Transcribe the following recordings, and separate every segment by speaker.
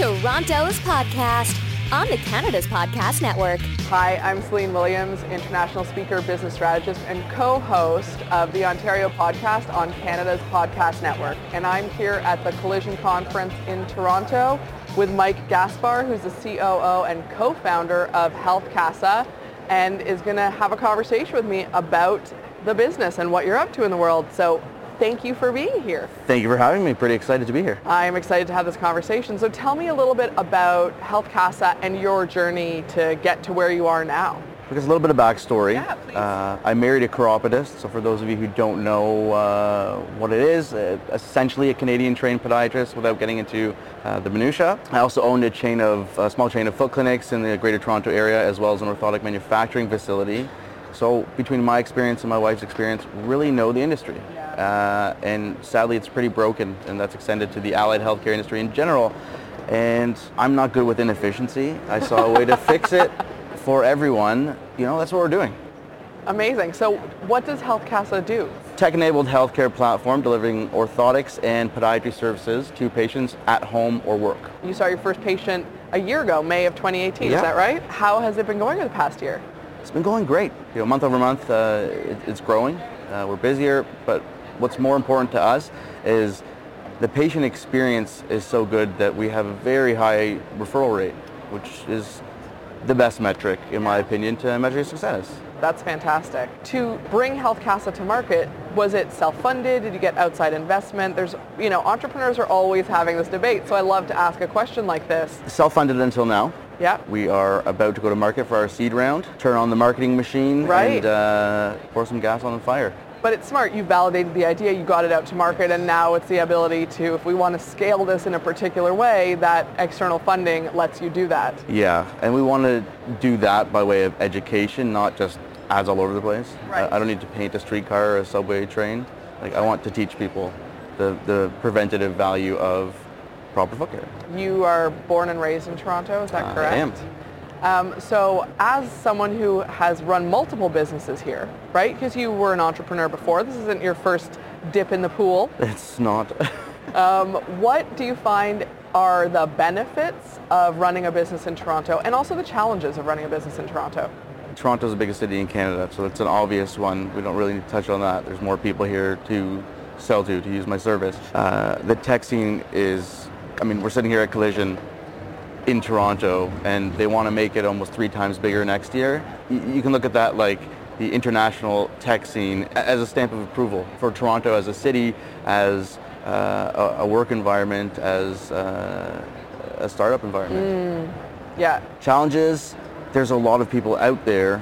Speaker 1: Toronto's podcast on the Canada's Podcast Network.
Speaker 2: Hi, I'm Celine Williams, international speaker, business strategist, and co-host of the Ontario podcast on Canada's Podcast Network. And I'm here at the Collision Conference in Toronto with Mike Gaspar, who's the COO and co-founder of Health Casa, and is going to have a conversation with me about the business and what you're up to in the world. So thank you for being here.
Speaker 3: Thank you for having me. Pretty excited to be here.
Speaker 2: I'm excited to have this conversation. So tell me a little bit about Health Casa and your journey to get to where you are now.
Speaker 3: Because a little bit of backstory.
Speaker 2: Yeah, please.
Speaker 3: Uh, I married a chiropodist. So for those of you who don't know uh, what it is, uh, essentially a Canadian trained podiatrist without getting into uh, the minutia. I also owned a chain of a small chain of foot clinics in the Greater Toronto area, as well as an orthotic manufacturing facility. So between my experience and my wife's experience, really know the industry. Uh, and sadly, it's pretty broken, and that's extended to the allied healthcare industry in general. And I'm not good with inefficiency. I saw a way to fix it for everyone. You know, that's what we're doing.
Speaker 2: Amazing. So what does Health Casa do?
Speaker 3: Tech-enabled healthcare platform delivering orthotics and podiatry services to patients at home or work.
Speaker 2: You saw your first patient a year ago, May of 2018, is
Speaker 3: Yeah.
Speaker 2: that right? How has it been going over the past year?
Speaker 3: It's been going great. You know, month over month, uh, it, it's growing. Uh, we're busier, but what's more important to us is the patient experience is so good that we have a very high referral rate, which is the best metric, in my opinion, to measure success.
Speaker 2: That's fantastic. To bring Health Casa to market, was it self-funded? Did you get outside investment? There's, you know, entrepreneurs are always having this debate, so I love to ask a question like this.
Speaker 3: Self-funded until now.
Speaker 2: Yeah.
Speaker 3: We are about to go to market for our seed round, turn on the marketing machine,
Speaker 2: Right.
Speaker 3: and uh, pour some gas on the fire.
Speaker 2: But it's smart. You validated the idea. You got it out to market, and now it's the ability to, if we want to scale this in a particular way, that external funding lets you do that.
Speaker 3: Yeah, and we want to do that by way of education, not just ads all over the place.
Speaker 2: Right.
Speaker 3: I, I don't need to paint a streetcar or a subway train. Like I want to teach people the, the preventative value of proper foot care.
Speaker 2: You are born and raised in Toronto, is that correct?
Speaker 3: I am.
Speaker 2: Um, so as someone who has run multiple businesses here, right? Because you were an entrepreneur before. This isn't your first dip in the pool.
Speaker 3: It's not.
Speaker 2: What do you find are the benefits of running a business in Toronto and also the challenges of running a business in Toronto?
Speaker 3: Toronto's the biggest city in Canada, so that's an obvious one. We don't really need to touch on that. There's more people here to sell to, to use my service. Uh, the tech scene is, I mean, we're sitting here at Collision in Toronto, and they want to make it almost three times bigger next year. Y- You can look at that like the international tech scene a- as a stamp of approval for Toronto as a city, as uh, a a work environment, as uh, a startup environment
Speaker 2: Yeah,
Speaker 3: challenges there's a lot of people out there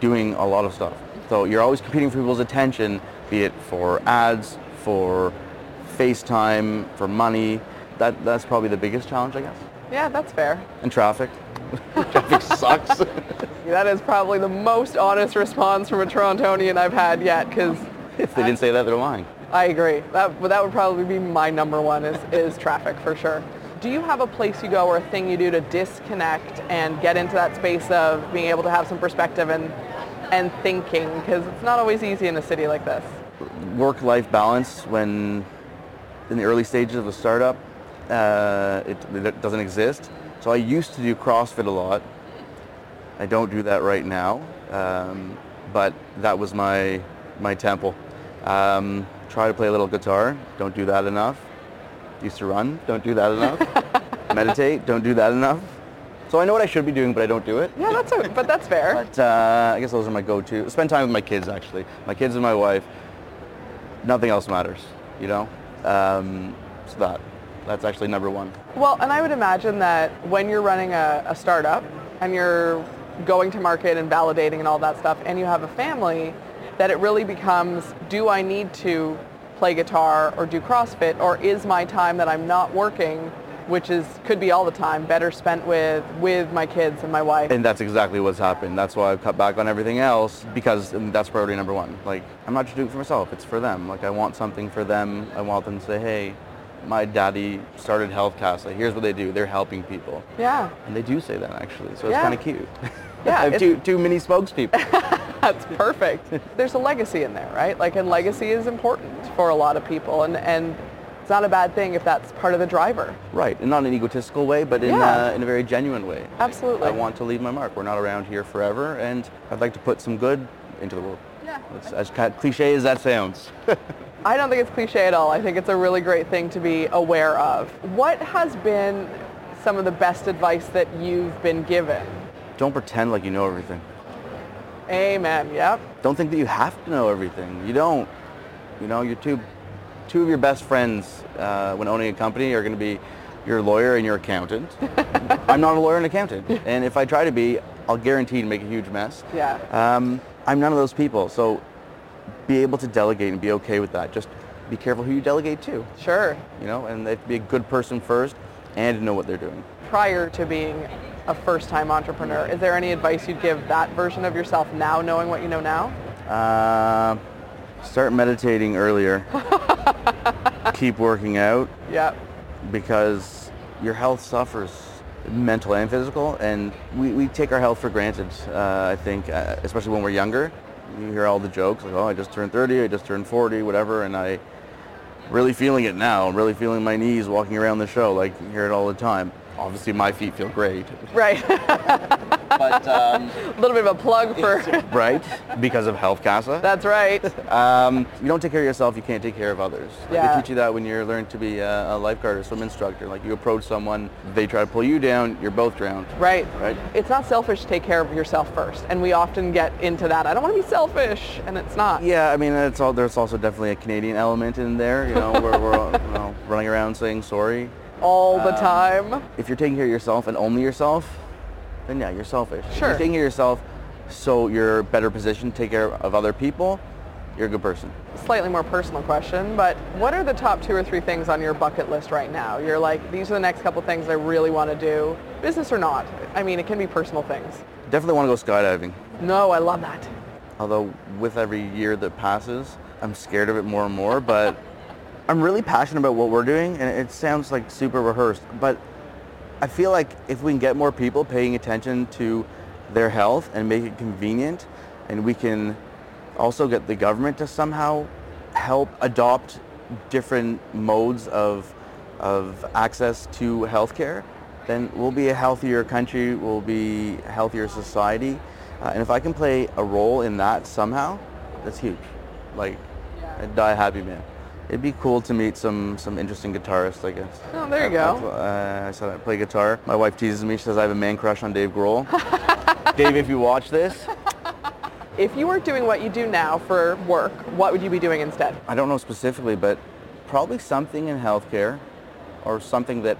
Speaker 3: doing a lot of stuff so you're always competing for people's attention be it for ads for facetime for money that that's probably the biggest challenge i guess
Speaker 2: yeah, that's fair.
Speaker 3: and traffic traffic sucks
Speaker 2: That is probably the most honest response from a Torontonian I've had yet, because
Speaker 3: if they didn't say that they're lying
Speaker 2: I agree. That, that would probably be my number one is, is traffic for sure. Do you have a place you go or a thing you do to disconnect and get into that space of being able to have some perspective and, and thinking? Because it's not always easy in a city like this.
Speaker 3: work-life balance when in the early stages of a startup uh, it, it doesn't exist so i used to do crossfit a lot i don't do that right now um, but that was my my temple um, try to play a little guitar don't do that enough used to run don't do that enough meditate don't do that enough so i know what i should be doing but i don't do it
Speaker 2: Yeah, that's a, but that's fair.
Speaker 3: but uh, I guess those are my go-to. Spend time with my kids, actually. My kids and my wife. Nothing else matters, you know. Um, so that, that's actually number one.
Speaker 2: Well, and I would imagine that when you're running a, a startup and you're going to market and validating and all that stuff, and you have a family, that it really becomes, do I need to play guitar or do CrossFit, or is my time that I'm not working, which is could be all the time, better spent with with my kids and my wife?
Speaker 3: And that's exactly what's happened. That's why I've cut back on everything else because that's priority number one. Like, I'm not just doing it for myself. It's for them. Like, I want something for them. I want them to say, hey, my daddy started Health Casa. Here's what they do. They're helping people.
Speaker 2: yeah,
Speaker 3: And they do say that, actually. So it's
Speaker 2: Yeah.
Speaker 3: kind of cute.
Speaker 2: Yeah,
Speaker 3: I have
Speaker 2: it's-
Speaker 3: two, two mini spokespeople.
Speaker 2: That's perfect. There's a legacy in there, right? Like, and legacy is important for a lot of people, and and It's not a bad thing if that's part of the driver.
Speaker 3: Right, and not in an egotistical way, but in,
Speaker 2: Yeah.
Speaker 3: uh, in a very genuine way. Like,
Speaker 2: Absolutely.
Speaker 3: I want to leave my mark. We're not around here forever, and I'd like to put some good into the world.
Speaker 2: Yeah.
Speaker 3: That's, as ca- cliche as that sounds.
Speaker 2: I don't think it's cliche at all. I think it's a really great thing to be aware of. What has been some of the best advice that you've been given?
Speaker 3: Don't pretend like you know everything.
Speaker 2: Amen. Yep.
Speaker 3: Don't think that you have to know everything. You don't. You know, your two, two of your best friends uh, when owning a company are going to be your lawyer and your accountant. I'm not a lawyer and accountant, and if I try to be, I'll guarantee to make a huge mess.
Speaker 2: Yeah.
Speaker 3: Um, I'm none of those people, so be able to delegate and be okay with that. Just be careful who you delegate to,
Speaker 2: Sure.
Speaker 3: you know, and they have to be a good person first and know what they're doing.
Speaker 2: Prior to being a first-time entrepreneur, is there any advice you'd give that version of yourself now, knowing what you know now?
Speaker 3: Uh, start meditating earlier. Keep working out
Speaker 2: Yep.
Speaker 3: because your health suffers mental and physical and we, we take our health for granted uh, i think uh, especially when we're younger you hear all the jokes like oh i just turned 30 i just turned 40 whatever and i really feeling it now i'm really feeling my knees walking around the show like you hear it all the time obviously my feet feel great
Speaker 2: Right.
Speaker 3: but um,
Speaker 2: a little bit of a plug for.
Speaker 3: right because of health casa
Speaker 2: That's right.
Speaker 3: Um, you don't take care of yourself, you can't take care of others. Like,
Speaker 2: Yeah.
Speaker 3: They teach you that when you're learning to be a, a lifeguard or swim instructor. Like you approach someone, they try to pull you down, you're both drowned.
Speaker 2: Right.
Speaker 3: Right.
Speaker 2: It's not selfish to take care of yourself first, and we often get into that. I don't want to be selfish, and it's not.
Speaker 3: Yeah, I mean, it's all, there's also definitely a Canadian element in there. You know, we're, we're all, you know, running around saying sorry.
Speaker 2: All
Speaker 3: Uh,
Speaker 2: the time.
Speaker 3: If you're taking care of yourself and only yourself, then yeah, you're selfish. If
Speaker 2: Sure.
Speaker 3: you're taking care of yourself so you're better positioned to take care of other people, you're a good person.
Speaker 2: slightly more personal question, but what are the top two or three things on your bucket list right now? You're like, these are the next couple things I really want to do, business or not. I mean, it can be personal things.
Speaker 3: Definitely want to go skydiving.
Speaker 2: No, I love that.
Speaker 3: although with every year that passes, I'm scared of it more and more, but I'm really passionate about what we're doing, and it sounds like super rehearsed, but I feel like if we can get more people paying attention to their health and make it convenient, and we can also get the government to somehow help adopt different modes of, of access to healthcare, then we'll be a healthier country, we'll be a healthier society. Uh, and if I can play a role in that somehow, that's huge. Like, I'd die a happy man. It'd be cool to meet some, some interesting guitarists, I guess.
Speaker 2: Oh, there you go.
Speaker 3: Uh, I said I play guitar. My wife teases me. She says I have a man crush on Dave Grohl. Dave, if you watch this,
Speaker 2: If you weren't doing what you do now for work, what would you be doing instead?
Speaker 3: I don't know specifically, but probably something in healthcare or something that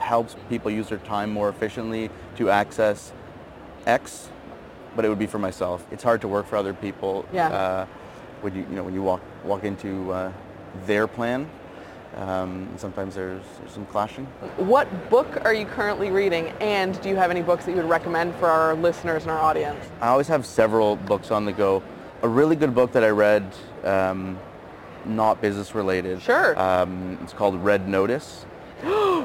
Speaker 3: helps people use their time more efficiently to access X, but it would be for myself. It's hard to work for other people.
Speaker 2: Yeah.
Speaker 3: Uh, when you you know when you walk walk into uh, their plan, um, sometimes there's, there's some clashing.
Speaker 2: What book are you currently reading, and do you have any books that you would recommend for our listeners and our audience?
Speaker 3: I always have several books on the go. A really good book that I read, um, not business related.
Speaker 2: Sure.
Speaker 3: Um, it's called Red Notice.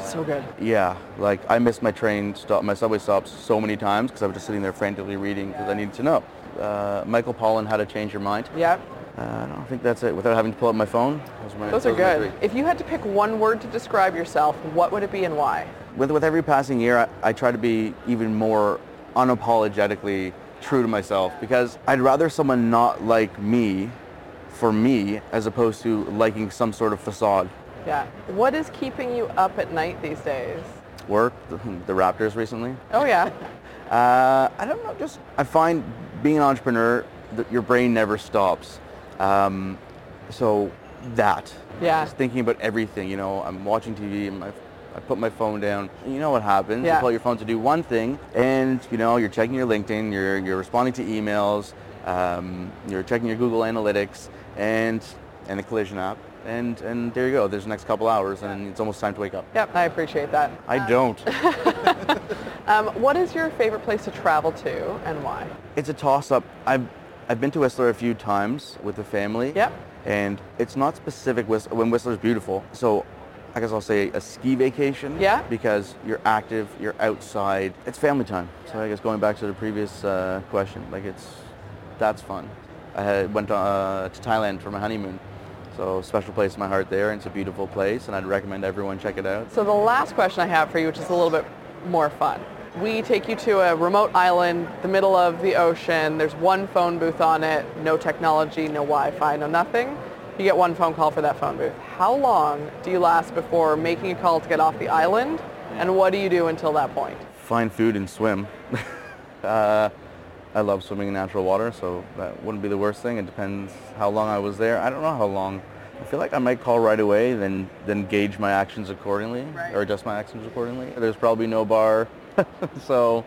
Speaker 2: so good.
Speaker 3: Yeah, like I missed my train stop, my subway stops so many times because I was just sitting there frantically reading because I needed to know. Uh, Michael Pollan, How to Change Your Mind.
Speaker 2: Yep.
Speaker 3: Uh, I don't think that's it. Without having to pull up my phone, those, my,
Speaker 2: Those are
Speaker 3: my
Speaker 2: good.
Speaker 3: three.
Speaker 2: If you had to pick one word to describe yourself, what would it be and why?
Speaker 3: With with every passing year, I, I try to be even more unapologetically true to myself because I'd rather someone not like me for me as opposed to liking some sort of facade.
Speaker 2: Yeah. What is keeping you up at night these days?
Speaker 3: Work, the, the Raptors recently.
Speaker 2: Oh yeah.
Speaker 3: Uh, I don't know. Just I find being an entrepreneur, th- your brain never stops. Um, so that.
Speaker 2: Yeah.
Speaker 3: Just thinking about everything. You know, I'm watching TV and my, I put my phone down. You know what happens?
Speaker 2: Yeah.
Speaker 3: You pull your phone to do one thing, and you know you're checking your LinkedIn, you're you're responding to emails, um, you're checking your Google Analytics, and and the Collision app, and and there you go. There's the next couple hours, and it's almost time to wake up.
Speaker 2: Yep, I appreciate that.
Speaker 3: I don't.
Speaker 2: Um, what is your favorite place to travel to and why?
Speaker 3: It's a toss-up. I've I've been to Whistler a few times with the family.
Speaker 2: Yep.
Speaker 3: And it's not specific Whist- when Whistler's beautiful. So I guess I'll say a ski vacation.
Speaker 2: Yeah.
Speaker 3: Because you're active, you're outside. It's family time. So I guess going back to the previous uh, question, like it's that's fun. I had, went uh, to Thailand for my honeymoon, So special place in my heart there. and It's a beautiful place, and I'd recommend everyone check it out.
Speaker 2: So the last question I have for you, which is a little bit more fun. We take you to a remote island, the middle of the ocean. There's one phone booth on it, no technology, no Wi-Fi, no nothing. You get one phone call for that phone booth. How long do you last before making a call to get off the island? And what do you do until that point?
Speaker 3: Find food and swim. uh, I love swimming in natural water, so that wouldn't be the worst thing. It depends how long I was there. I don't know how long. I feel like I might call right away, then then gauge my actions accordingly,
Speaker 2: Right.
Speaker 3: or adjust my actions accordingly. There's probably no bar, so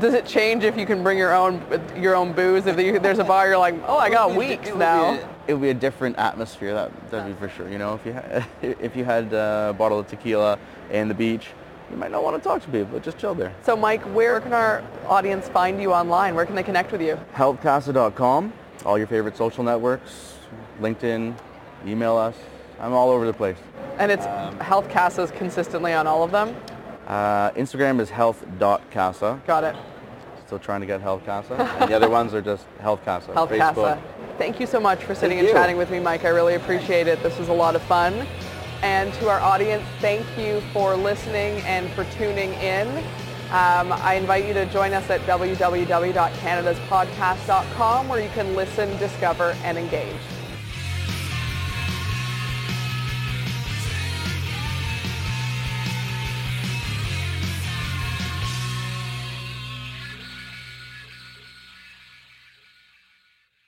Speaker 2: Does it change if you can bring your own your own booze? If you, there's a bar, you're like, oh, I got
Speaker 3: It would be a-
Speaker 2: weeks
Speaker 3: it would be
Speaker 2: now.
Speaker 3: a- It would be a different atmosphere. That that'd be for sure. You know, if you had, if you had a bottle of tequila and the beach, you might not want to talk to people. Just chill there.
Speaker 2: So, Mike, where can our audience find you online? Where can they connect with you?
Speaker 3: Helpcasa.com, all your favorite social networks, LinkedIn, email us. I'm all over the place.
Speaker 2: And it's
Speaker 3: Um,
Speaker 2: Health Casas consistently on all of them.
Speaker 3: Uh, Instagram is health.casa.
Speaker 2: Got it.
Speaker 3: Still trying to get Health Casa. And the other ones are just Health Casa.
Speaker 2: Health
Speaker 3: Facebook.
Speaker 2: Casa. Thank you so much for sitting and
Speaker 3: Thank you.
Speaker 2: chatting with me, Mike. I really appreciate it. This was a lot of fun. And to our audience, thank you for listening and for tuning in. Um, I invite you to join us at www.canadaspodcast.com where you can listen, discover, and engage.